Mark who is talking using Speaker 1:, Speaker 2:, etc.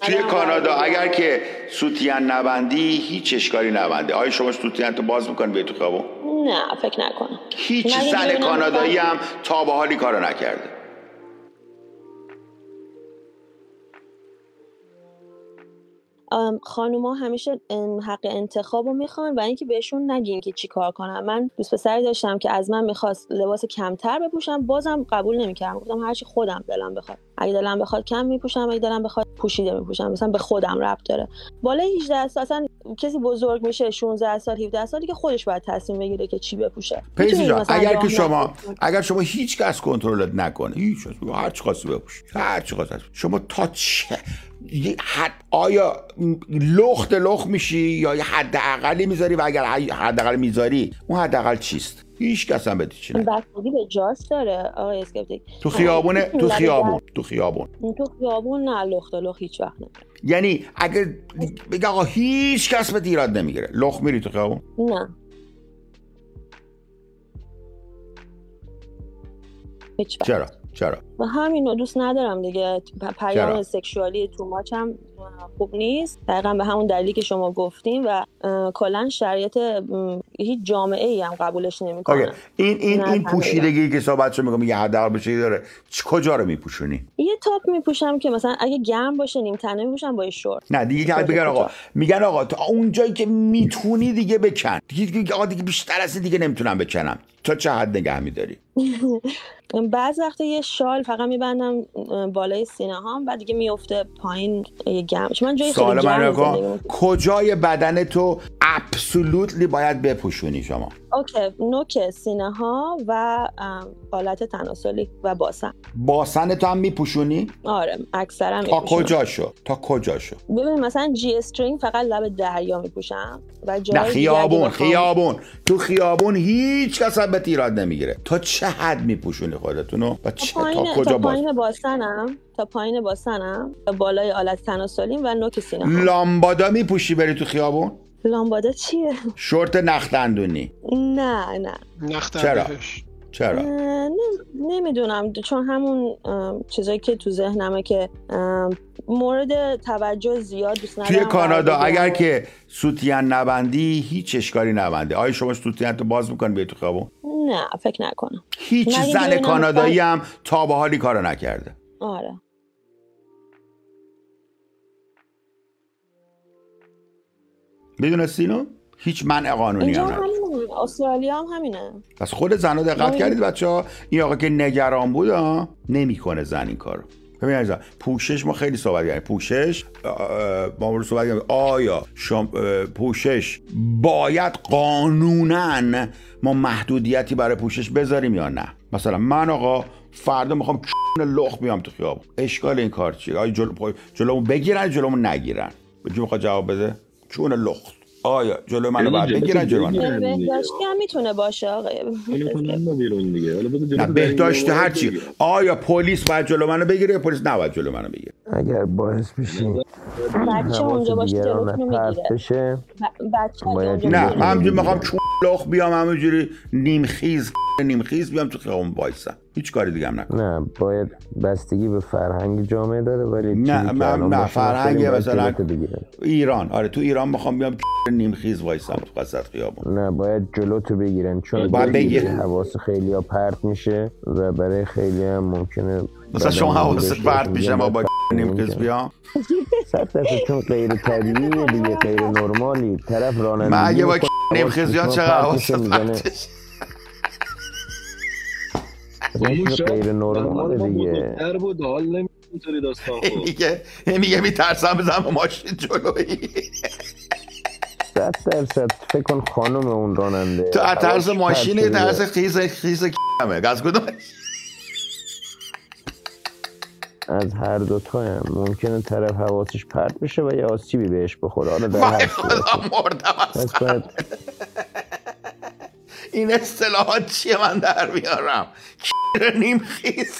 Speaker 1: توی
Speaker 2: قدم
Speaker 1: کانادا
Speaker 2: برداری.
Speaker 1: اگر که سوتین نبندی هیچ اشکالی نبنده آیا شما سوتین تو باز میکنی به تو خوابو
Speaker 2: نه فکر نکنم
Speaker 1: هیچ
Speaker 2: من اینجا
Speaker 1: زن
Speaker 2: ببینم
Speaker 1: کانادایی
Speaker 2: می‌خوام.
Speaker 1: هم تا به حالی کارو نکرده
Speaker 2: ام، خانوما همیشه ام، حق انتخاب رو میخوان و اینکه بهشون نگین که چی کار کنم من دوست پسری داشتم که از من میخواست لباس کمتر بپوشم بازم قبول نمیکردم گفتم هرچی خودم دلم بخواد اگه دلم بخواد کم میپوشم اگه دلم بخواد پوشیده میپوشم مثلا به خودم ربط داره بالای 18 سال اصلا کسی بزرگ میشه 16 سال 17 سالی که خودش باید تصمیم بگیره که چی بپوشه
Speaker 1: پیسی
Speaker 2: می‌تونی
Speaker 1: جان
Speaker 2: مثلا
Speaker 1: اگر
Speaker 2: راه
Speaker 1: که شما
Speaker 2: نرو.
Speaker 1: اگر شما هیچ کس کنترلت نکنه هیچ کس هر چی خواستی بپوش هر چی خواستی بپوش. شما تا چه یه حد آیا لخت لخت میشی یا یه حد اقلی میذاری و اگر حد اقل میذاری اون حد اقل چیست هیچ کس هم بهت چی نگه.
Speaker 2: بستگی به جاست داره آقای اسکپتیک
Speaker 1: تو خیابونه تو خیابون تو خیابون
Speaker 2: تو خیابون نه لخت و لخت هیچ وقت نه
Speaker 1: یعنی اگر بگه آقا هیچ کس به ایراد نمیگیره لخت میری تو خیابون
Speaker 2: نه هیچ وقت.
Speaker 1: چرا چرا
Speaker 2: و همینو دوست ندارم دیگه پ-
Speaker 1: چرا؟
Speaker 2: پیام سکشوالی تو ماچ هم خوب نیست دقیقا به همون دلیلی که شما گفتین و اه، کلا شرایط م، هیچ جامعه ای هم قبولش
Speaker 1: اوکی.
Speaker 2: نمیکنه
Speaker 1: این این
Speaker 2: آره. نه،
Speaker 1: این
Speaker 2: تمام.
Speaker 1: پوشیدگی که صحبتشو میگم یه حد اقل بشه داره چ- کجا رو میپوشونی
Speaker 2: یه تاپ میپوشم که مثلا اگه گرم باشه نیم تنه میپوشم با یه شورت
Speaker 1: نه دیگه که
Speaker 2: کجا،
Speaker 1: بگن آقا
Speaker 2: کجا؟
Speaker 1: میگن آقا تا اون جایی که میتونی دیگه بکن دیگه, دیگه آقا دیگه بیشتر از این دیگه نمیتونم بکنم تا چه حد نگه میداری
Speaker 2: بعض وقتا یه شال فقط میبندم بالای سینه هم و دیگه میفته پایین یه گرم چون من جای خیلی
Speaker 1: سوال من
Speaker 2: گرم
Speaker 1: رو
Speaker 2: زندگی
Speaker 1: کن
Speaker 2: می‌کنم.
Speaker 1: کجای بدن تو اپسولوتلی باید بپوشونی شما
Speaker 2: اوکی نوک سینه ها و ام، حالت تناسلی و باسن
Speaker 1: باسن تو هم میپوشونی
Speaker 2: آره اکثرا
Speaker 1: تا
Speaker 2: میپوشم
Speaker 1: کجاشو تا کجاشو
Speaker 2: ببین مثلا جی استرینگ فقط لب دریا میپوشم و
Speaker 1: نه
Speaker 2: جای دیگه اگه
Speaker 1: خیابون
Speaker 2: بخوام-
Speaker 1: خیابون تو خیابون هیچ کس هم به ایراد نمیگیره تا چه حد میپوشونی خودتونو و
Speaker 2: تا
Speaker 1: چه تا
Speaker 2: پایین تا
Speaker 1: کجا باز
Speaker 2: پایین باسنم تا پایین باسنم و بالای آلت تناسلیم و نوک سینه هم.
Speaker 1: لامبادا میپوشی بری تو خیابون
Speaker 2: لامباده چیه
Speaker 1: شورت نختندونی
Speaker 2: نه نه
Speaker 1: چرا؟
Speaker 3: نختم بهش
Speaker 1: چرا
Speaker 2: نمیدونم چون همون ام، چیزایی که تو ذهنمه که ام، مورد توجه زیاد دوست ندارم
Speaker 1: توی کانادا
Speaker 2: برای دیگران.
Speaker 1: اگر که سوتین نبندی هیچ اشکالی نبنده آیا شما سوتین تو باز میکنی به تو خیابون
Speaker 2: نه فکر نکنم
Speaker 1: هیچ
Speaker 2: مگه
Speaker 1: زن
Speaker 2: ببینم
Speaker 1: کانادایی
Speaker 2: مثلا-
Speaker 1: هم تا به حالی کارو نکرده
Speaker 2: آره
Speaker 1: میدونستی اینو هیچ منع قانونی
Speaker 2: اینجا
Speaker 1: هم
Speaker 2: هم
Speaker 1: نداره
Speaker 2: همینه استرالیا هم همینه
Speaker 1: پس خود زنا دقت
Speaker 2: آره.
Speaker 1: کردید بچه ها این آقا که نگران بود ها نمیکنه زن این کارو ببین عزیزم پوشش ما خیلی صحبت کردیم پوشش اه، اه، ما رو صحبت کردیم آیا شم اه، پوشش باید قانونا ما محدودیتی برای پوشش بذاریم یا نه مثلا من آقا فردا میخوام لخ بیام تو خیابون اشکال این کار چیه آیا جلو جلومو بگیرن جلومو نگیرن بجو میخواد جواب بده چون لخت آیا جلو منو
Speaker 4: جلو
Speaker 1: باید
Speaker 4: جلو
Speaker 1: بگیرن جلو منو
Speaker 4: بگیرن.
Speaker 2: به
Speaker 4: نه، دیگه.
Speaker 2: بهداشتی هم میتونه باشه آقای
Speaker 4: اینو
Speaker 2: اسکپ.
Speaker 4: کنن ما بیرون دیگه حالا بذار جلو
Speaker 1: نه
Speaker 4: تو در این
Speaker 1: بهداشت
Speaker 4: بیرون
Speaker 1: هر
Speaker 4: رو
Speaker 1: چی
Speaker 4: بگیرم.
Speaker 1: آیا پلیس باید جلو منو بگیره یا پلیس نباید جلو منو بگیره
Speaker 5: اگر باعث بشی
Speaker 4: خب
Speaker 2: بچه
Speaker 5: حواس
Speaker 2: اونجا باشه
Speaker 5: دیگران
Speaker 2: جلوتونو
Speaker 5: پرت
Speaker 2: میگیره
Speaker 5: بشه
Speaker 2: ب- بچه اگه
Speaker 5: باید
Speaker 2: اونجا
Speaker 1: نه من
Speaker 2: باشه
Speaker 5: جلو منو
Speaker 1: همینجوری
Speaker 5: بگیره.
Speaker 1: میخوام چولاخ بیام همینجوری نیمخیز نیمخیز بیام تو خیابون وایسم هیچ کاری دیگه هم نکنم
Speaker 5: نه باید بستگی به فرهنگ جامعه داره ولی چیزی
Speaker 1: نه،
Speaker 5: که
Speaker 1: من-
Speaker 5: الان
Speaker 1: نه،
Speaker 5: باشه
Speaker 1: فرهنگ
Speaker 5: نکنیم، باید
Speaker 1: مثلا-
Speaker 5: جلوتو بگیرن.
Speaker 1: ایران آره تو ایران میخوام بیام نیمخیز وایسم تو وسط خیابون
Speaker 5: نه باید جلوتو بگیرن چون
Speaker 1: باید
Speaker 5: جلوتو
Speaker 1: بگیر.
Speaker 5: بگیری، حواس خیلی ها پرت میشه و برای خیلی هم ممکنه
Speaker 1: مثلا شما
Speaker 5: بدن
Speaker 1: حواست
Speaker 5: بهداشتی
Speaker 1: پرت
Speaker 5: هم
Speaker 1: میشه
Speaker 5: میگن
Speaker 1: ما با
Speaker 5: باید
Speaker 1: نیمخیز
Speaker 5: اینجا.
Speaker 1: بیام
Speaker 5: صد درصد چون غیر طبیعیه دیگه غیر نرمالی طرف رانندگی
Speaker 1: من اگه با
Speaker 5: می‌کنه،
Speaker 1: نیمخیز بیام
Speaker 5: حواس
Speaker 1: چقدر
Speaker 5: پرت
Speaker 1: حواست
Speaker 5: میشه، می‌زنه.
Speaker 1: پرت میشه.
Speaker 5: اصلا چیز
Speaker 4: خاموش شد.
Speaker 5: یعنی غیر نرماله
Speaker 4: زمان یعنی ما
Speaker 5: دیگه
Speaker 4: بزرگتر بود حال نمیتونی داستان خود
Speaker 1: میگه میگه میترسم بزنم به ماشین جلویی
Speaker 5: صد درصد فکر کن خانم اون راننده
Speaker 1: تو از
Speaker 5: حواس
Speaker 1: ترس
Speaker 5: پرت
Speaker 1: ماشین یا
Speaker 5: شده.
Speaker 1: ترس خیز خیز کمه از کدوم
Speaker 5: از هر دو تا هم ممکنه طرف حواسش پرت بشه و یه آسیبی بهش بخوره حالا در
Speaker 1: وای
Speaker 5: هر
Speaker 1: خدا
Speaker 5: صورت
Speaker 1: مردم از
Speaker 5: پس باید
Speaker 1: این اصطلاحات چیه من در بیارم کیر نیم خیز